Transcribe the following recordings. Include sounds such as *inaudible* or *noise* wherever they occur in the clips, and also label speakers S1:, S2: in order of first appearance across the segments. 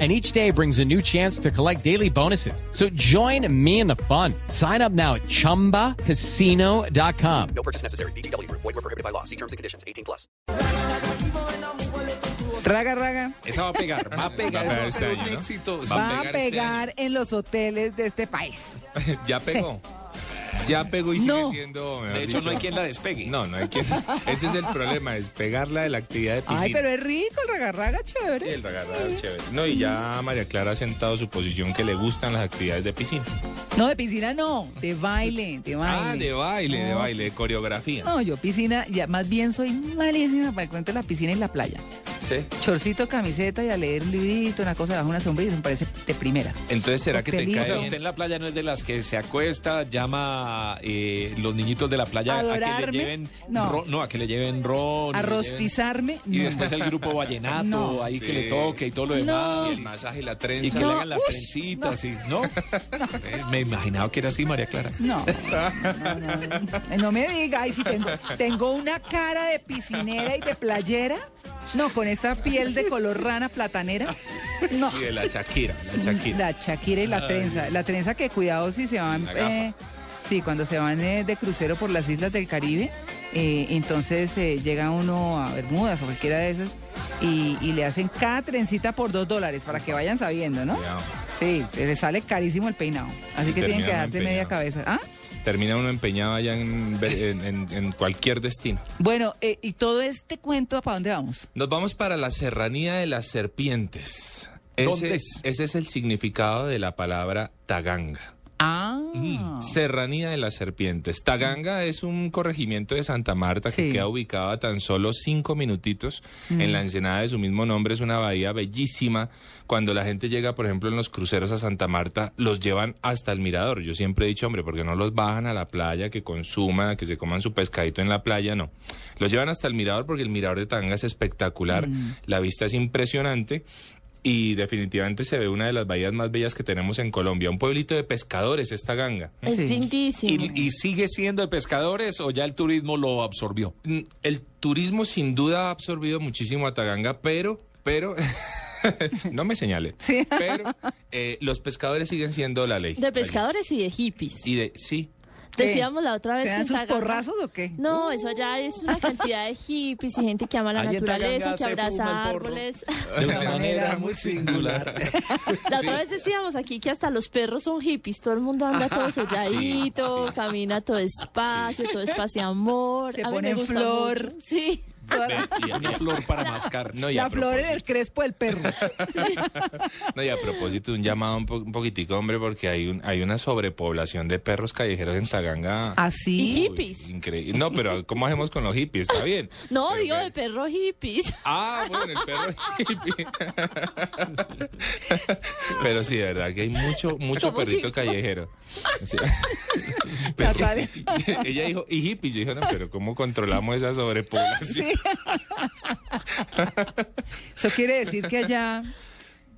S1: and each day brings a new chance to collect daily bonuses. So join me in the fun. Sign up now at ChumbaCasino.com.
S2: No purchase necessary. BGW. Void were prohibited by law. See terms and conditions. 18 plus.
S3: Raga, raga,
S4: Esa va a pegar, va a pegar,
S5: Va a
S4: esa
S5: pegar este
S4: va a ser un
S5: año, ¿no?
S4: éxito. sí.
S3: va a pegar en los hoteles de este país.
S5: este año. ya pegó. Ya pegó y
S3: No.
S5: sigue siendo. mejor
S4: De hecho,
S5: dicho,
S4: no hay quien la despegue.
S5: No, no hay quien. Ese es el problema, despegarla de la actividad de piscina.
S3: Ay, pero es rico el raga, raga,
S5: Sí,
S3: chévere.
S5: el regador es chévere. No, y ya María Clara ha sentado su posición que le gustan las actividades de piscina.
S3: No, de piscina no, de baile, de baile.
S5: Ah, de baile, de
S3: No.
S5: baile, de coreografía.
S3: No, yo piscina, ya más bien soy malísima para el cuento de la piscina y la playa.
S5: Sí.
S3: Chorcito, camiseta y a leer un librito, una cosa bajo una sombrilla, me parece de primera.
S5: Entonces, ¿será que te
S3: Coctelito.
S4: O sea,
S5: cae
S4: usted
S5: bien?
S4: en la playa no es de las que se acuesta, llama eh, los niñitos de la playa a que
S3: ¿Adorarme?
S4: le lleven
S3: No.
S4: ron, no, a que le lleven ron.
S3: A
S4: y le lleven-
S3: rostizarme,
S4: Y
S3: no.
S4: después el grupo
S3: *laughs*
S4: vallenato,
S3: No.
S4: ahí
S5: Sí.
S4: que le toque y todo lo
S3: No.
S4: demás.
S5: El masaje, la
S4: Y que
S5: trenza.
S4: le
S3: No,
S4: hagan la
S3: ush,
S4: trencita, así, ¿no? Eh, Me imaginaba que era así, María Clara.
S3: No, no, no, no me diga, ay, si tengo, tengo una cara de piscinera y de playera, no, con esta piel de color rana platanera, no.
S5: Y de la Shakira, la Shakira.
S3: La Shakira y la trenza. La trenza que cuidado si se van...
S5: La gafa.
S3: eh, sí, cuando se van eh, de crucero por las islas del Caribe, eh, entonces eh, llega uno a Bermudas o cualquiera de esas y, y le hacen cada trencita por dos dólares para que vayan sabiendo, ¿no?
S5: Cuidado.
S3: Sí, se les sale carísimo el peinado. Así
S5: Y
S3: que tienen que
S5: terminan
S3: darse media cabeza. ¿Ah?
S5: Termina uno empeñado allá en, en- en- en cualquier destino.
S3: Bueno, eh, y todo este cuento, ¿para dónde vamos?
S5: Nos vamos para la serranía de las serpientes. Ese,
S4: ¿Dónde es?
S5: ese es el significado de la palabra taganga.
S3: Ah,
S5: Mm, Serranía de las serpientes. Taganga es un corregimiento de Santa Marta que
S3: Sí.
S5: queda ubicado a tan solo cinco minutitos en la ensenada de su mismo nombre. Es una bahía bellísima. Cuando la gente llega, por ejemplo, en los cruceros a Santa Marta, los llevan hasta el mirador. Yo siempre he dicho, hombre, porque no los bajan a la playa, que consuman, que se coman su pescadito en la playa, no. Los llevan hasta el mirador porque el mirador de Taganga es espectacular. La vista es impresionante. Y definitivamente se ve una de las bahías más bellas que tenemos en Colombia. Un pueblito de pescadores, esta ganga.
S6: Es
S3: Sí.
S6: lindísimo.
S4: ¿Y, y sigue siendo de pescadores o ya el turismo lo absorbió?
S5: Mm, El turismo sin duda ha absorbido muchísimo a Taganga, pero, pero, *laughs* no me señale.
S3: Sí.
S5: Pero eh, los pescadores siguen siendo la ley.
S6: De pescadores y de hippies.
S5: Y de, sí,
S3: ¿Qué?
S6: Decíamos la otra vez
S3: ¿Se
S6: que
S3: dan
S6: en
S3: sus
S6: Taganga-
S3: porrazos Uh. o qué?
S6: No, eso allá es una cantidad de hippies y gente que ama la
S4: Ahí en Taganga
S6: naturaleza, que
S4: se fuma
S6: abraza
S4: el porro. *laughs*
S6: árboles.
S4: De una manera muy singular.
S3: *laughs*
S6: La otra vez decíamos aquí que hasta los perros son hippies. Todo el mundo anda todo selladito, camina todo espacio, todo espacio amor.
S3: Se
S6: A mí me
S3: ponen
S6: gusta
S3: flor.
S6: mucho. Sí.
S5: ve, y a- y
S4: Una
S5: a-
S4: flor para mascar.
S5: no, y a
S3: La flor en
S5: propósito-
S3: el crespo del perro.
S5: No, y a propósito, un llamado un, po- un poquitico, hombre, porque hay, un- hay una sobrepoblación de perros callejeros en Taganga.
S6: Y
S3: Así.
S6: hippies.
S5: Increíble. No, pero ¿cómo hacemos con los hippies? Está bien.
S6: No,
S5: Pero
S6: digo
S5: que-
S6: de
S3: *laughs*
S6: perros hippies.
S5: Ah, bueno, el perro hippie. *laughs* Pero sí, de verdad que hay mucho, mucho
S6: ¿Cómo
S5: perrito
S6: dijo?
S5: callejero. Sí. *laughs*
S3: Natalia.
S5: ella dijo, y hippie. Yo dije, no, pero ¿cómo controlamos esa sobrepoblación?
S3: *laughs* Eso quiere decir que allá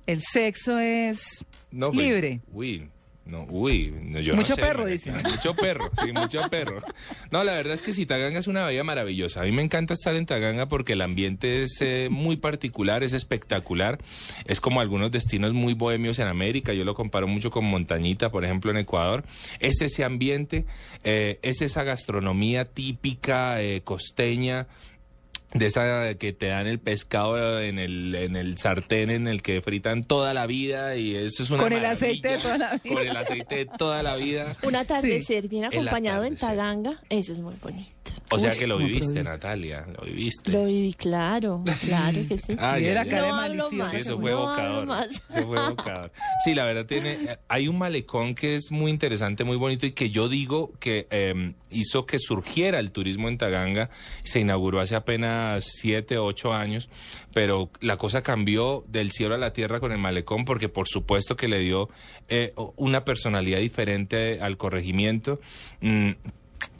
S3: el sexo es
S5: No, pues,
S3: libre.
S5: Uy. No, uy, no, yo no
S3: Mucho
S5: sé,
S3: perro,
S5: María
S3: dice.
S5: Clara, Mucho perro, sí, mucho perro. No, la verdad es que Zitaganga es una bahía maravillosa. A mí me encanta estar en Taganga porque el ambiente es eh, muy particular, es espectacular. Es como algunos destinos muy bohemios en América. Yo lo comparo mucho con Montañita, por ejemplo, en Ecuador. Es ese ambiente, eh, es esa gastronomía típica eh, costeña de esa que te dan el pescado en el, en el sartén en el que fritan toda la vida y eso es una
S3: Con el aceite de
S5: maravilla.
S3: toda la vida.
S5: con el aceite de toda la vida
S6: Un atardecer bien
S5: El
S6: acompañado en
S5: atardecer.
S6: Taganga, eso es muy bonito.
S5: o sea
S3: Uy,
S5: que lo
S3: no, pero
S5: viviste
S3: bien.
S5: Natalia lo viviste
S6: Lo viví, claro, claro que sí.
S5: Ah,
S3: Mire
S5: ya,
S3: la
S5: ya.
S3: cara
S6: No
S3: de
S6: hablo
S3: maliciosa.
S6: más.
S5: Sí,
S3: que
S5: eso
S3: pone.
S5: fue
S6: No hablo
S5: evocador.
S6: *laughs* más.
S5: Eso fue
S6: *laughs*
S5: evocador. Sí, la verdad tiene, eh, hay un malecón que es muy interesante, muy bonito y que yo digo que eh, hizo que surgiera el turismo en Taganga. Se inauguró hace apenas siete, ocho años, pero la cosa cambió del cielo a la tierra con el malecón porque por supuesto que le dio eh, una personalidad diferente al corregimiento. Mm,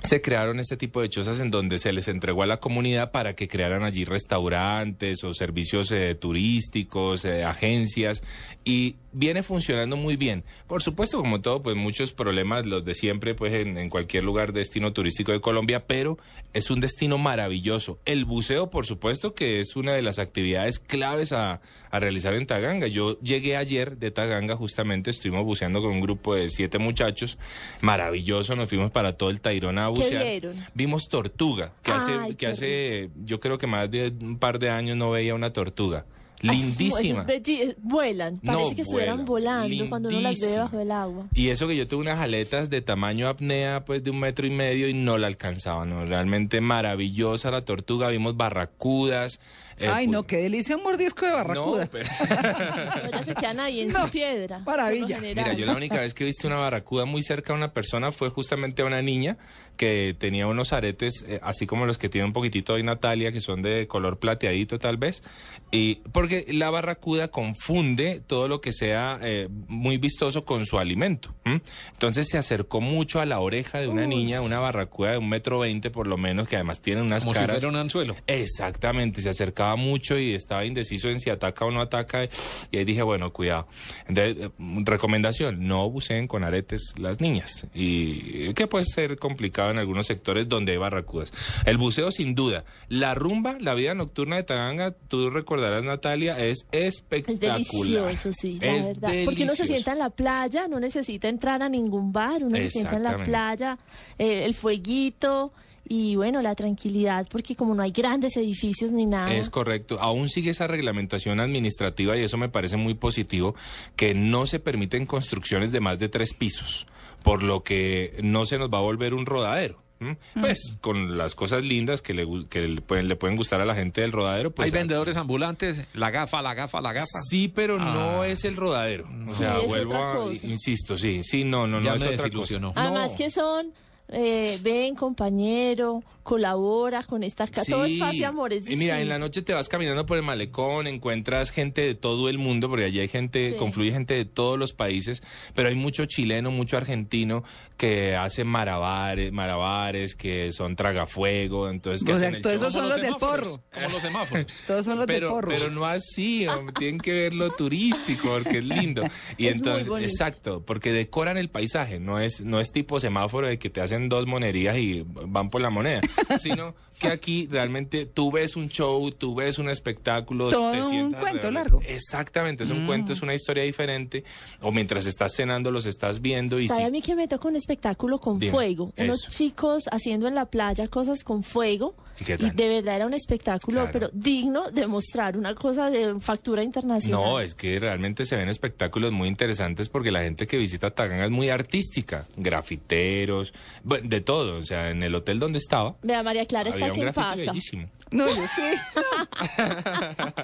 S5: se crearon este tipo de chozas en donde se les entregó a la comunidad para que crearan allí restaurantes o servicios eh, turísticos, eh, agencias, y viene funcionando muy bien. Por supuesto, como todo, pues muchos problemas, los de siempre, pues en, en cualquier lugar destino turístico de Colombia, pero es un destino maravilloso. El buceo, por supuesto, que es una de las actividades claves a, a realizar en Taganga. Yo llegué ayer de Taganga, justamente estuvimos buceando con un grupo de siete muchachos, maravilloso, nos fuimos para todo el Tairona a
S6: ¿Qué
S5: bucear.
S6: vieron?
S5: Vimos tortuga, que
S6: Ay,
S5: hace,
S6: qué
S5: que hace, yo creo que más de un par de años no veía una tortuga. Lindísima.
S6: Ay, Ah, sí, es belli- vuelan,
S5: No,
S6: parece que estuvieran
S5: vuelan.
S6: volando cuando uno las ve
S5: Lindísima.
S6: bajo el agua.
S5: Y eso que yo tuve unas aletas de tamaño apnea, pues de un metro y medio, y no la alcanzaba, ¿no? Realmente maravillosa la tortuga, vimos barracudas. eh,
S3: Ay, no,
S5: pu-
S3: qué delicia un mordisco de barracuda.
S5: No, pero-
S6: No, ya se quedan
S5: *laughs*
S6: ahí en
S3: No,
S6: su piedra. por lo
S3: maravilla.
S6: general.
S5: Mira, yo la única vez que he visto una barracuda muy cerca a una persona fue justamente a una niña que tenía unos aretes, eh, así como los que tiene un poquitito hoy Natalia, que son de color plateadito tal vez, y porque la barracuda confunde todo lo que sea eh, muy vistoso con su alimento. ¿m? Entonces se acercó mucho a la oreja de una niña, una barracuda de un metro veinte por lo menos, que además tiene unas
S4: Como si
S5: caras...
S4: fuera un anzuelo.
S5: Exactamente, se acercaba mucho y estaba indeciso en si ataca o no ataca. Y ahí dije, bueno, cuidado. Entonces, eh, recomendación, no buceen con aretes las niñas. Y eh, que puede ser complicado en algunos sectores donde hay barracudas. El buceo, sin duda. La rumba, la vida nocturna de Taganga, tú recordarás, Natalia, es
S6: Es
S5: espectacular.
S6: delicioso, sí, la
S5: Es
S6: verdad. Porque uno se
S5: delicioso.
S6: sienta en la playa, no necesita entrar a ningún bar, uno se sienta en la
S5: Exactamente.
S6: playa, eh, el fueguito y bueno, la tranquilidad, porque como no hay grandes edificios ni nada.
S5: Es correcto. Aún sigue esa reglamentación administrativa y eso me parece muy positivo, que no se permiten construcciones de más de tres pisos, por lo que no se nos va a volver un rodadero. ¿m?
S6: Mm.
S5: Pues con las cosas lindas que le, gu- que le pueden- le pueden gustar a la gente del rodadero, pues...
S4: Hay vendedores ambulantes, la gafa, la gafa, la gafa.
S5: Sí, pero no
S4: Ah.
S5: es el rodadero. O
S6: Sí,
S5: sea,
S6: es
S5: vuelvo
S6: otra
S5: a...
S6: cosa.
S5: Insisto, sí, sí, no, no,
S4: Ya
S5: no es
S4: me
S5: otra
S4: desilusionó.
S5: cosa.
S6: Además
S5: No.
S6: que son, eh, ven, compañero, colabora con esta... ca- Todo es paz y amor, es
S5: Y mira, en
S6: distinto.
S5: la noche te vas caminando por el malecón, encuentras gente de todo el mundo, porque allí hay gente,
S6: Sí.
S5: confluye gente de todos los países, pero hay mucho chileno, mucho argentino que hacen marabares, marabares, que son tragafuego, entonces que
S3: O
S5: hacen
S3: sea,
S5: el
S3: todos
S5: show.
S3: esos son los del
S4: semáforos,
S3: porro.
S4: Como los semáforos.
S3: Todos son los de
S5: Pero,
S3: porro.
S5: pero no así, hombre, tienen que ver lo turístico, porque es lindo.
S3: *laughs*
S5: Y
S6: Es muy
S5: entonces,
S6: bonito.
S5: exacto, porque decoran el paisaje, no es, no es tipo semáforo de que te hacen dos monerías y van por
S3: *laughs*
S5: la moneda, sino que aquí realmente tú ves un show, tú ves un espectáculo.
S3: Todo
S5: te
S3: un
S5: sientas
S3: cuento
S5: realmente-
S3: largo. Mm.
S5: Exactamente, es un cuento, es una historia diferente, o mientras estás cenando los estás viendo y
S6: ¿Sabe a
S5: sí.
S6: mí que me toca un espectáculo con
S5: Dime,
S6: fuego? Unos
S5: eso.
S6: chicos haciendo en la playa cosas con fuego.
S5: ¿Y qué tal?
S6: de verdad era un espectáculo,
S5: Claro.
S6: pero digno de mostrar una cosa de factura internacional.
S5: No, es que realmente se ven espectáculos muy interesantes porque la gente que visita Taganga es muy artística, grafiteros, bu- de todo. O sea, en el hotel donde estaba,
S6: Vea, María Clara
S5: había
S6: está
S5: un
S6: que
S5: grafite
S6: empaca.
S5: bellísimo.
S3: No, yo sí. *laughs*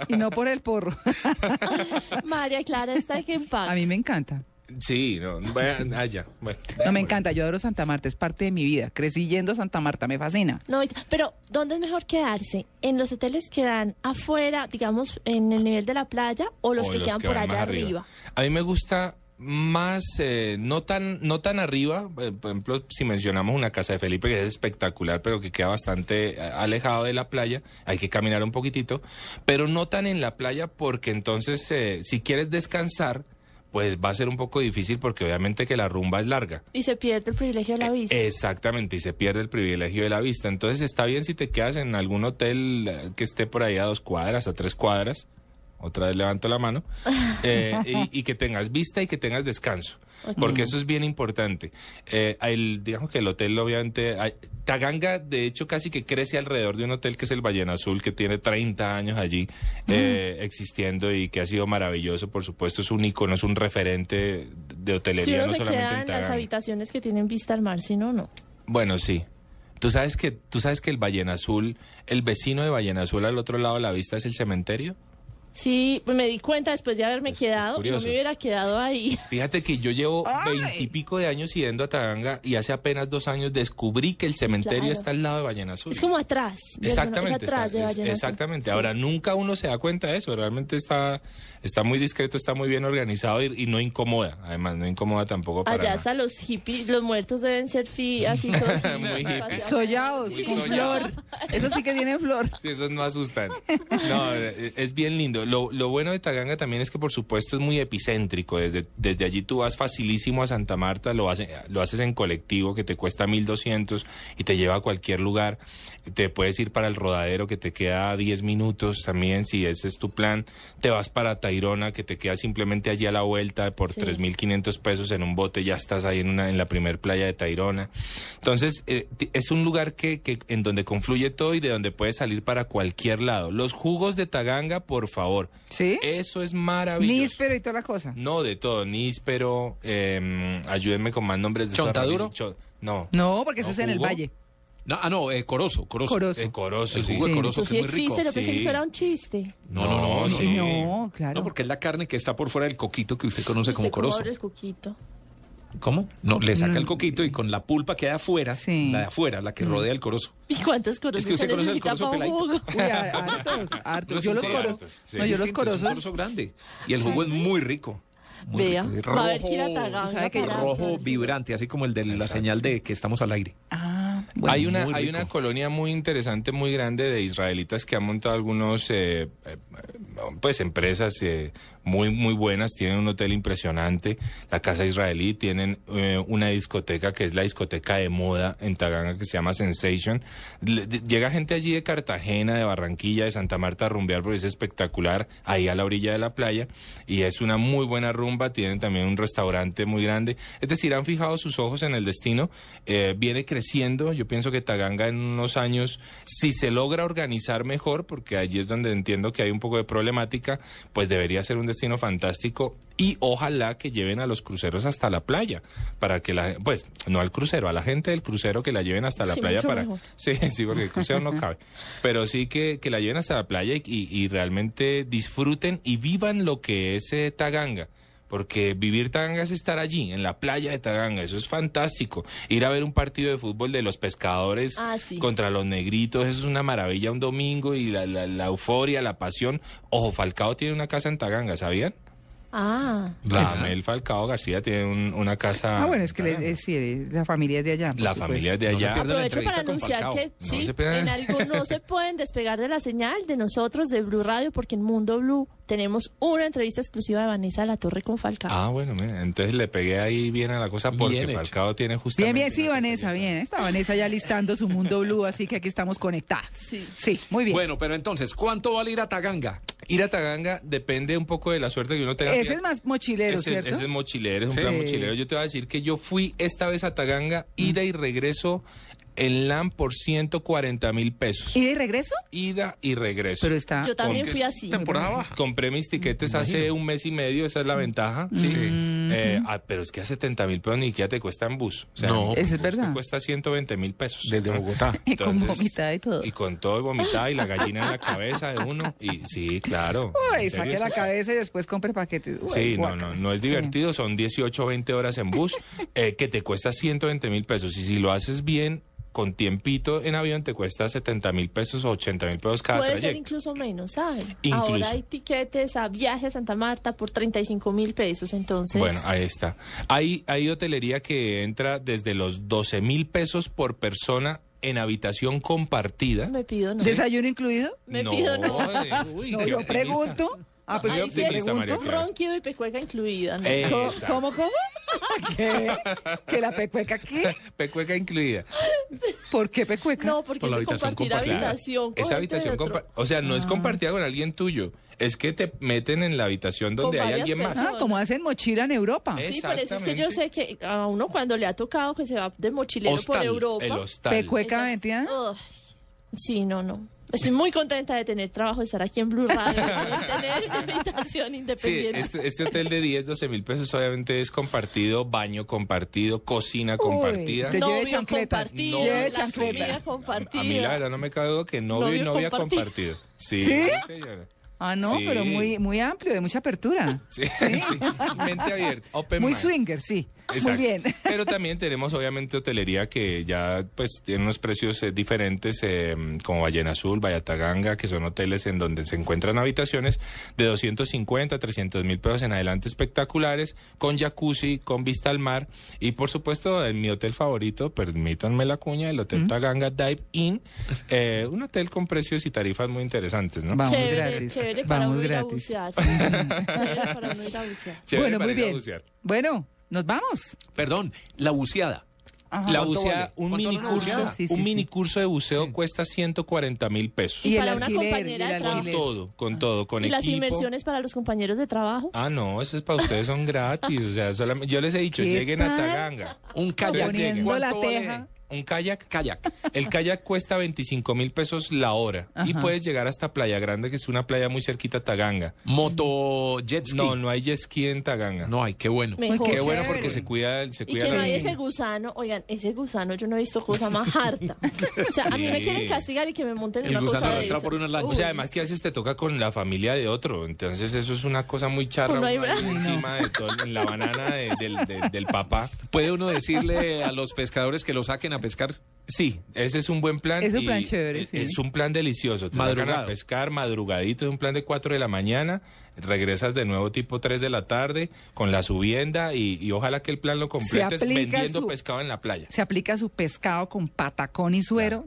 S3: y no por el porro.
S6: *laughs* María Clara está que empaca.
S3: A mí me encanta.
S5: Sí, no, bueno, allá, bueno.
S3: No, me encanta. Yo adoro Santa Marta. Es parte de mi vida. Crecí yendo a Santa Marta. Me fascina.
S6: No, y- pero ¿dónde es mejor quedarse? ¿En los hoteles que dan afuera, digamos, en el nivel de la playa o los
S5: O
S6: que quedan por
S5: van
S6: allá
S5: más
S6: arriba?
S5: A mí me gusta más eh, no tan no tan arriba eh, por ejemplo si mencionamos una casa de Felipe que es espectacular pero que queda bastante eh, alejado de la playa hay que caminar un poquitito pero no tan en la playa porque entonces eh, si quieres descansar pues va a ser un poco difícil porque obviamente que la rumba es larga
S6: Y se pierde el privilegio de la vista.
S5: eh, Exactamente, y se pierde el privilegio de la vista. Entonces está bien si te quedas en algún hotel eh, que esté por ahí a dos cuadras, a tres cuadras. Otra vez levanto la
S6: *laughs*
S5: mano. Eh, y, y que tengas vista y que tengas descanso.
S6: Ok.
S5: Porque eso es bien importante. Eh, el, digamos que el hotel, obviamente. hay- Taganga, de hecho, casi que crece alrededor de un hotel que es el Ballena Azul, que tiene 30 años allí
S6: Mm.
S5: eh, existiendo y que ha sido maravilloso. Por supuesto, es un icono, es un referente de hotelería,
S6: si uno
S5: no
S6: se
S5: solamente
S6: queda
S5: en
S6: en las
S5: Taganga.
S6: habitaciones que tienen vista al mar, si no, no.
S5: Bueno, sí. Tú sabes que tú sabes que el Ballena Azul, el vecino de Ballena Azul al otro lado de la vista es el cementerio.
S6: Sí, pues me di cuenta después de haberme
S5: Es- es
S6: quedado, no
S5: curioso.
S6: me hubiera quedado ahí.
S5: Fíjate que yo llevo
S3: Ay.
S5: veintipico de años yendo a Taganga y hace apenas dos años descubrí que el cementerio
S6: Claro.
S5: está al lado de Ballena Azul.
S6: Es como atrás. de alguna-
S5: Exactamente,
S6: Es atrás
S5: está-
S6: de
S5: es-
S6: Vallenato.
S5: exactamente.
S6: Sí.
S5: Ahora nunca uno se da cuenta de eso. Realmente está, está muy discreto, está muy bien organizado y, y no incomoda. Además, no incomoda tampoco para
S6: Allá
S5: nada.
S6: hasta los hippies, los muertos deben ser fi,
S4: *laughs*
S6: así todos
S5: Muy hippies.
S3: Sollados,
S5: Muy Eh,
S3: con flor.
S5: sollados.
S3: Eso sí que tienen flor.
S5: Sí, esos no asustan. No, eh, es bien lindo. Lo, lo bueno de Taganga también es que, por supuesto, es muy epicéntrico. Desde, desde allí tú vas facilísimo a Santa Marta, lo, hace- lo haces en colectivo que te cuesta 1.200 y te lleva a cualquier lugar. Te puedes ir para el rodadero que te queda 10 minutos también, si ese es tu plan. Te vas para Tairona que te queda simplemente allí a la vuelta por
S6: Sí.
S5: 3.500 pesos en un bote. Ya estás ahí en, una, en la primer playa de Tairona. Entonces, eh, ti- es un lugar que, que- en donde confluye todo y de donde puedes salir para cualquier lado. Los jugos de Taganga, por favor.
S3: ¿Sí?
S5: Eso es maravilloso.
S3: Níspero y toda la cosa.
S5: No, de todo. Níspero. Eh, ayúdenme con más nombres de esos
S4: ¿Chontaduro?
S5: arroz- cho- No.
S3: No, porque eso
S4: ¿No
S3: es en el
S4: jugó?
S3: valle.
S4: *laughs* No, ah, no, eh, Corozo, Corozo.
S3: Corozo.
S5: Eh, corozo,
S4: El
S5: sí.
S4: jugo de
S3: Sí.
S4: Corozo, que
S6: Eso sí
S4: es muy rico.
S6: existe, lo pensé
S5: sí.
S6: que fuera un chiste.
S4: No, no, no, no.
S5: Oh, Sí.
S3: No, claro.
S4: No, porque es la carne que está por fuera del coquito que usted conoce como
S6: Usted cómo
S4: Corozo.
S6: abre el coquito.
S4: ¿Cómo? No, le saca el coquito y con la pulpa que hay afuera,
S3: Sí.
S4: la de afuera, la que rodea el Corozo.
S6: ¿Y cuántos corozos
S4: Es que usted
S6: se
S4: conoce el
S6: necesita
S4: corozo
S6: para un jugo?
S4: peladito.
S3: Uy, har-
S5: *laughs*
S3: hartos, hartos. Yo los
S5: Sí,
S3: coros.
S5: hartos, sí.
S3: No, yo
S4: Es
S3: los
S4: distinto, es un
S3: corosos.
S4: Corozo grande. Y el jugo es muy rico. Muy
S6: Vea,
S4: rico. Y
S6: va a ver que ir a
S4: rojo,
S6: Taganga
S3: ¿sabe qué?
S6: para-
S4: rojo vibrante, así como el de la
S5: Exacto.
S4: señal de que estamos al aire.
S3: Ah, bueno.
S5: hay una,
S4: muy
S5: hay
S4: rico.
S5: una colonia muy interesante, muy grande de israelitas que han montado algunos, eh, eh, pues empresas eh, muy muy buenas. Tienen un hotel impresionante, la casa israelí. Tienen eh, una discoteca que es la discoteca de moda en Taganga que se llama Sensation. Le- de- llega gente allí de Cartagena, de Barranquilla, de Santa Marta a rumbear porque es espectacular ahí a la orilla de la playa y es una muy buena rumba. Tienen también un restaurante muy grande. Es decir, han fijado sus ojos en el destino. eh, viene creciendo. Yo pienso que Taganga en unos años, si se logra organizar mejor, porque allí es donde entiendo que hay un poco de problemática, pues debería ser un destino fantástico y ojalá que lleven a los cruceros hasta la playa para que la pues no al crucero, a la gente del crucero que la lleven hasta la
S6: Sí,
S5: playa
S6: mucho
S5: para
S6: mejor.
S5: Sí, *laughs* sí, porque el crucero no cabe. Pero sí que, que la lleven hasta la playa y, y- y realmente disfruten y vivan lo que es eh, Taganga. Porque vivir Taganga es estar allí, en la playa de Taganga. Eso es fantástico. Ir a ver un partido de fútbol de los pescadores
S6: Ah, sí.
S5: contra los negritos. Eso es una maravilla un domingo y la, la- la euforia, la pasión. Ojo, Falcao tiene una casa en Taganga, ¿sabían?
S6: Ah,
S5: Ramel Falcao García tiene un- una casa.
S3: Ah, bueno, es que
S5: en
S3: le-
S5: Taganga.
S3: eh, sí, eh, la familia es de allá. por
S5: la
S3: supuesto.
S5: familia es de
S4: No se
S5: allá.
S4: pierda la
S6: aprovecho para
S4: entrevista con
S6: anunciar
S4: Falcao.
S6: que
S5: No
S6: sí,
S5: se pierdan.
S6: en algo
S5: *laughs*
S6: no se pueden despegar de la señal de nosotros de Blue Radio porque en Mundo Blue tenemos una entrevista exclusiva de Vanessa La Torre con Falcao.
S5: Ah, bueno, mira, entonces le pegué ahí bien a la cosa porque
S4: Bien hecho.
S5: Falcao tiene
S3: Bien,
S5: justamente...
S3: bien, sí,
S5: una cosa
S3: Vanessa, bien. Está Vanessa ya listando su mundo blue, así que aquí estamos conectadas.
S6: Sí.
S3: Sí, muy bien.
S4: Bueno, pero entonces, ¿cuánto vale ir a Taganga?
S5: Ir a Taganga depende un poco de la suerte que uno tenga.
S3: Ese es más mochilero,
S5: Ese-
S3: ¿cierto?
S5: ese es mochilero, es un
S3: Sí.
S5: plan mochilero. Yo te voy a decir que yo fui esta vez a Taganga, ida y regreso en LAN por 140 mil pesos.
S3: ¿Y de regreso?
S5: Ida y regreso.
S3: Pero está...
S6: Yo también
S5: Porque
S6: fui
S5: es
S6: así.
S4: Temporada baja.
S5: Compré mis tiquetes hace un mes y medio, esa es la ventaja.
S3: Mm,
S5: Sí. Eh, ah, pero es que a 70 mil pesos ni siquiera te cuesta en bus. O sea, en
S4: No.
S3: Eso es
S5: bus te
S3: verdad.
S5: cuesta 120 mil pesos. Ah.
S4: Desde Bogotá.
S3: *laughs* Y con vomitada y todo.
S5: Y con todo y vomitada y la gallina en la cabeza de uno. Y sí, claro.
S3: Uy,
S5: en serio,
S3: saque
S5: es
S3: la
S5: así.
S3: cabeza y después compre paquetes. Uy,
S5: Sí, no,
S3: guácala.
S5: no, no es
S3: Sí.
S5: divertido. Son 18 o 20 horas en bus eh, que te cuesta 120 mil pesos. Y si lo haces bien, con tiempito en avión, te cuesta 70 mil pesos o 80 mil pesos cada
S6: Puede ser
S5: trayecto.
S6: incluso menos, ¿saben?
S5: Incluso.
S6: Ahora hay tiquetes a viaje a Santa Marta por 35 mil pesos, entonces...
S5: Bueno, ah. ahí está. Hay, hay hotelería que entra desde los 12 mil pesos por persona en habitación compartida.
S6: me pido no.
S3: ¿Desayuno incluido?
S6: Me pido no.
S5: eh, uy,
S3: No,
S5: qué
S3: yo
S5: optimista.
S3: pregunto. Ah, pues
S5: Muy
S3: yo
S6: Ahí sí
S5: optimista,
S6: es
S3: pregunto.
S5: María
S6: un
S5: Clara.
S6: ronquido y pecueca incluida, ¿no?
S5: Eh,
S3: ¿Cómo,
S5: Exacto.
S3: ¿Cómo, cómo? ¿Qué? ¿Que la pecueca qué?
S5: *laughs* Pecueca incluida.
S3: ¿Por qué pecueca?
S6: No, porque
S4: Por la
S6: es
S4: habitación
S6: compartir
S4: compartida.
S6: habitación. con
S5: Esa
S6: gente
S5: habitación,
S6: del otro. Ah.
S5: compa- o sea, no es compartida con alguien tuyo, es que te meten en la habitación donde
S6: Con
S5: hay
S6: varias
S5: alguien más.
S6: personas.
S3: ah, como hacen mochila en Europa.
S5: Eh,
S6: Sí, por eso es que yo sé que a uno cuando le ha tocado que se va de mochilero por
S4: Hostal,
S6: Europa.
S5: El hostal.
S3: Pecueca
S6: esas-
S3: metida.
S6: Uy, sí, no, no. Estoy muy contenta de tener trabajo, de estar aquí en Blue Radio, de tener mi habitación
S5: Sí,
S6: independiente.
S5: este, este hotel de 10, 12 mil pesos obviamente es compartido, baño compartido, cocina compartida.
S3: te- que lleve
S6: Novio
S3: chancletas.
S6: compartido,
S3: No,
S6: la
S3: lleve chancletas.
S6: comida
S5: A mí la
S6: compartida.
S5: verdad no me cabe duda que novio y
S6: Novio
S5: novia
S6: compartido.
S5: compartido. Sí,
S3: ¿Sí?
S5: señora.
S3: Ah, no,
S5: Sí.
S3: pero muy, muy amplio, de mucha
S5: *laughs*
S3: apertura.
S5: Sí, sí, mente abierta, open
S3: muy
S5: mind.
S3: swinger, sí.
S5: Pues, Exacto.
S3: Muy bien. *laughs*
S5: Pero también tenemos obviamente hotelería que ya pues tiene unos precios eh, diferentes eh, como Ballena Azul, Vallataganga, que son hoteles en donde se encuentran habitaciones de 250, 300 mil pesos en adelante espectaculares, con jacuzzi, con vista al mar y por supuesto en mi hotel favorito, permítanme la cuña, el Hotel Taganga Dive Inn, eh, un hotel con precios y tarifas muy interesantes, ¿no?
S3: Vamos
S6: chévere,
S3: gratis.
S6: chévere para
S3: Vamos
S6: uno ir a
S3: gratis. *laughs*
S6: bucear. sí. Chévere para uno ir a bucear.
S5: *laughs* Chévere
S3: bueno,
S5: para
S3: muy
S5: ir a
S3: bien.
S5: bucear.
S3: Bueno, nos vamos.
S4: Perdón, la buceada.
S3: Ajá.
S5: La
S4: ¿Cuánto
S5: bucea,
S4: vale?
S5: un
S4: ¿Cuánto
S5: mini
S4: vale una
S5: curso,
S4: buceada?
S3: Sí, sí,
S5: un
S3: sí.
S5: mini curso de buceo cuesta 140 mil pesos.
S3: Y el
S6: Para una
S3: alquiler, y el
S6: compañera de trabajo.
S5: Con
S3: alquiler.
S5: todo, con todo, con
S6: Eh, ah, Y las
S5: equipo.
S6: inversiones para los compañeros de trabajo.
S5: Ah, no, eso es para ustedes, son gratis. O sea, solamente, yo les he dicho,
S3: ¿Qué
S5: lleguen a
S3: tal?
S5: Taganga.
S4: Un kayak.
S5: Poniendo
S4: ¿Cuánto
S3: la
S4: vale?
S3: teja.
S5: Un kayak.
S4: Kayak.
S5: El kayak cuesta 25 mil pesos la hora. Y
S3: Ajá.
S5: puedes llegar hasta Playa Grande, que es una playa muy cerquita a Taganga.
S4: Moto jet ski.
S5: No, no hay jet ski en Taganga.
S4: No hay, qué bueno.
S6: Mejor.
S5: Qué bueno
S3: Chévere.
S5: porque se cuida, se
S6: Y
S5: cuida
S6: que no
S5: la
S6: hay ese gusano, oigan, ese gusano yo no he visto cosa más harta. O sea, a mí me
S5: Sí.
S6: quieren castigar y que me monten en
S4: El
S6: una
S4: gusano
S6: cosa de
S4: arrastrado
S6: esas.
S4: por una lancha.
S5: O
S6: Uy,
S5: sea, además que a veces te toca con la familia de otro, entonces eso es una cosa muy charra
S6: Uno ahí
S5: uno ahí
S6: Pues bra-
S5: encima de todo, en la banana de- del, del- del papá.
S4: ¿Puede uno decirle a los pescadores que lo saquen a pescar?
S5: Sí, ese es un buen plan.
S3: Es un
S5: y
S3: plan chévere,
S5: es-
S3: sí.
S5: Es un plan delicioso. Te sacan a
S4: Madrugado.
S5: pescar madrugadito, es un plan de 4 de la mañana, regresas de nuevo tipo 3 de la tarde con la subienda y, y ojalá que el plan lo completes
S3: aplica
S5: vendiendo
S3: su-
S5: pescado en la playa.
S3: Se aplica su pescado con patacón y suero.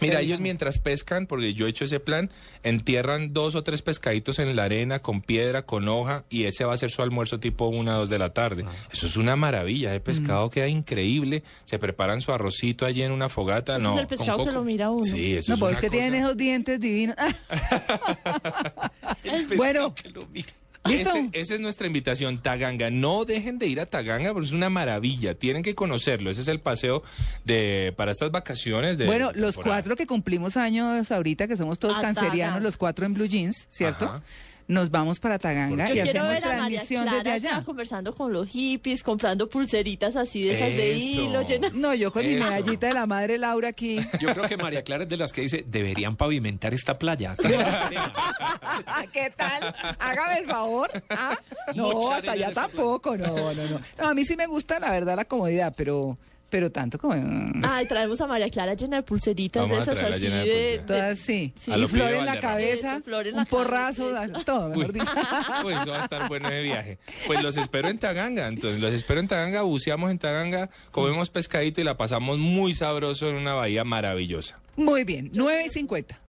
S5: Mira,
S3: Sí,
S5: ellos
S3: no.
S5: mientras pescan, porque yo he hecho ese plan, entierran dos o tres pescaditos en la arena, con piedra, con hoja, y ese va a ser su almuerzo tipo una o dos de la tarde. Eso es una maravilla, ese pescado
S3: Mm.
S5: queda increíble, se preparan su arrocito allí en una fogata.
S6: Ese
S5: no,
S6: es el
S5: con
S6: pescado que
S5: coco.
S6: lo mira uno.
S5: Sí, eso
S3: No, pues,
S5: es
S3: porque
S5: una
S3: usted tiene
S5: cosa-
S3: esos dientes divinos. Ah, bueno, ¿listo?
S5: Ese- esa es nuestra invitación, Taganga. No dejen de ir a Taganga, porque es una maravilla. Tienen que conocerlo. Ese es el paseo de para estas vacaciones. De,
S3: bueno,
S5: de
S3: los
S5: temporada.
S3: cuatro que cumplimos años ahorita, que somos todos
S6: A
S3: cancerianos,
S6: Ah, Taganga.
S3: los cuatro en blue jeans, ¿cierto?
S5: Ajá.
S3: Nos vamos para Taganga
S5: Porque-
S6: Yo
S3: y
S5: Yo
S6: quiero
S3: hacemos
S6: ver a María
S3: transmisión
S6: Clara
S3: desde allá.
S6: ya conversando con los hippies, comprando pulseritas así de esas de
S5: Eso.
S6: hilo,
S5: *laughs*
S6: llenas.
S3: No, yo con mi
S5: Eso.
S3: medallita de la madre Laura aquí.
S4: Yo creo que María Clara es de las que dice, deberían pavimentar esta playa.
S3: ¿Qué tal? Hágame el favor. ¿ah? No,
S4: Mucha
S3: hasta
S4: arena
S3: allá
S4: en esa
S3: tampoco. No, no, no. No, a mí sí me gusta, la verdad, la comodidad, pero, pero tanto como. mm,
S6: Ay, traemos a María Clara llena de pulseritas
S5: Vamos a
S6: de esas
S5: traerla
S6: así
S5: llena de
S6: de,
S5: pulseras.
S3: Todas sí.
S6: Sí.
S5: A
S3: Y
S5: lo
S3: flor
S5: Pío
S3: en la
S5: Valderrama.
S3: cabeza,
S6: Eso, flor en
S3: un
S6: la
S3: porrazo,
S6: cabeza, eso.
S3: todo, mejor dicho.
S5: *laughs* Uy, eso va a estar bueno de viaje. Pues los espero en Taganga, entonces los espero en Taganga, buceamos en Taganga, comemos pescadito y la pasamos muy sabroso en una bahía maravillosa.
S3: Muy bien, 9 y 50.